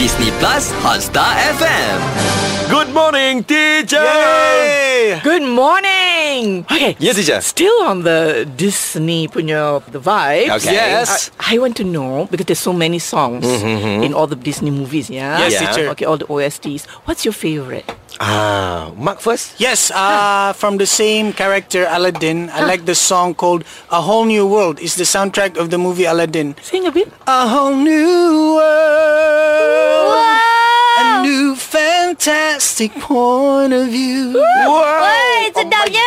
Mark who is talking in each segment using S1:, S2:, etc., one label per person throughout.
S1: Disney Plus Hotstar FM.
S2: Good morning, teacher.
S3: Yay!
S4: Good morning. Okay.
S2: Yes, teacher.
S4: Still on the Disney punya the vibe.
S2: Okay. Yes.
S4: I, I want to know because there's so many songs in all the Disney movies. Yeah.
S3: Yes,
S2: mm-hmm. Yeah.
S3: teacher.
S4: Okay, all the OSTs. What's your favorite?
S2: Ah, Mark first.
S3: Yes, uh, from the same character Aladdin, I like the song called A Whole New World. It's the soundtrack of the movie Aladdin.
S4: Sing a bit.
S3: A whole new world. A new fantastic point of view.
S5: Woi, sedapnya.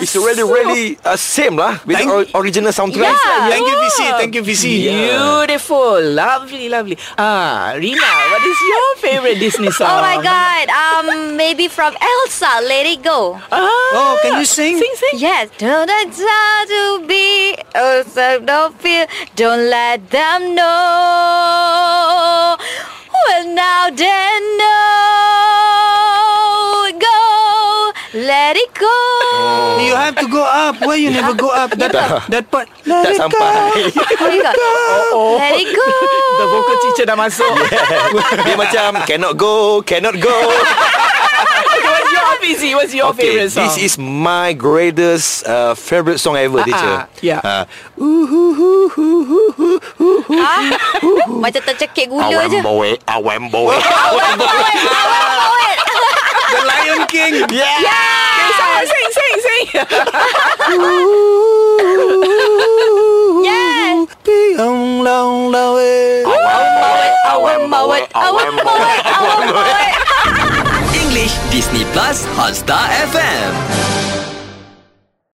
S2: It's already really uh, same lah with the
S3: Thank-
S2: or- original soundtrack.
S5: Yeah.
S3: Thank you, VC. Thank you, VC.
S4: Beautiful, lovely, lovely. Ah, Rina, what is your favorite Disney song?
S5: Oh my god. Um maybe from Elsa, Let It Go.
S4: Ah,
S3: Oh, can you sing?
S4: sing, sing.
S5: Yes. Don't try to be oh so don't feel don't let them know. Well now they know go let it go.
S3: You have to go up. Why you never go up? That, that part. Let
S2: Tak
S3: it go.
S2: sampai
S5: Let it go.
S4: Oh,
S5: Let it go.
S4: the vocal teacher dah masuk.
S2: Dia macam Cannot go Cannot go
S4: What's your busy? What's your favorite song?
S2: This is my greatest uh, Favorite song ever teacher
S4: Ah, ah, yeah.
S2: uh, ooh, hoo, hoo, hoo, hoo, hoo, hoo.
S5: Ah, macam tercekik gula je.
S2: Awam boy Awam boy
S3: The Lion King.
S2: Yeah
S4: Okay,
S2: Ah.
S4: someone sing, sing, sing.
S5: Yes.
S3: Be on eh. long, long way.
S5: Awam mawat, awam mawat, awam mawat.
S1: English Disney Plus Hotstar FM.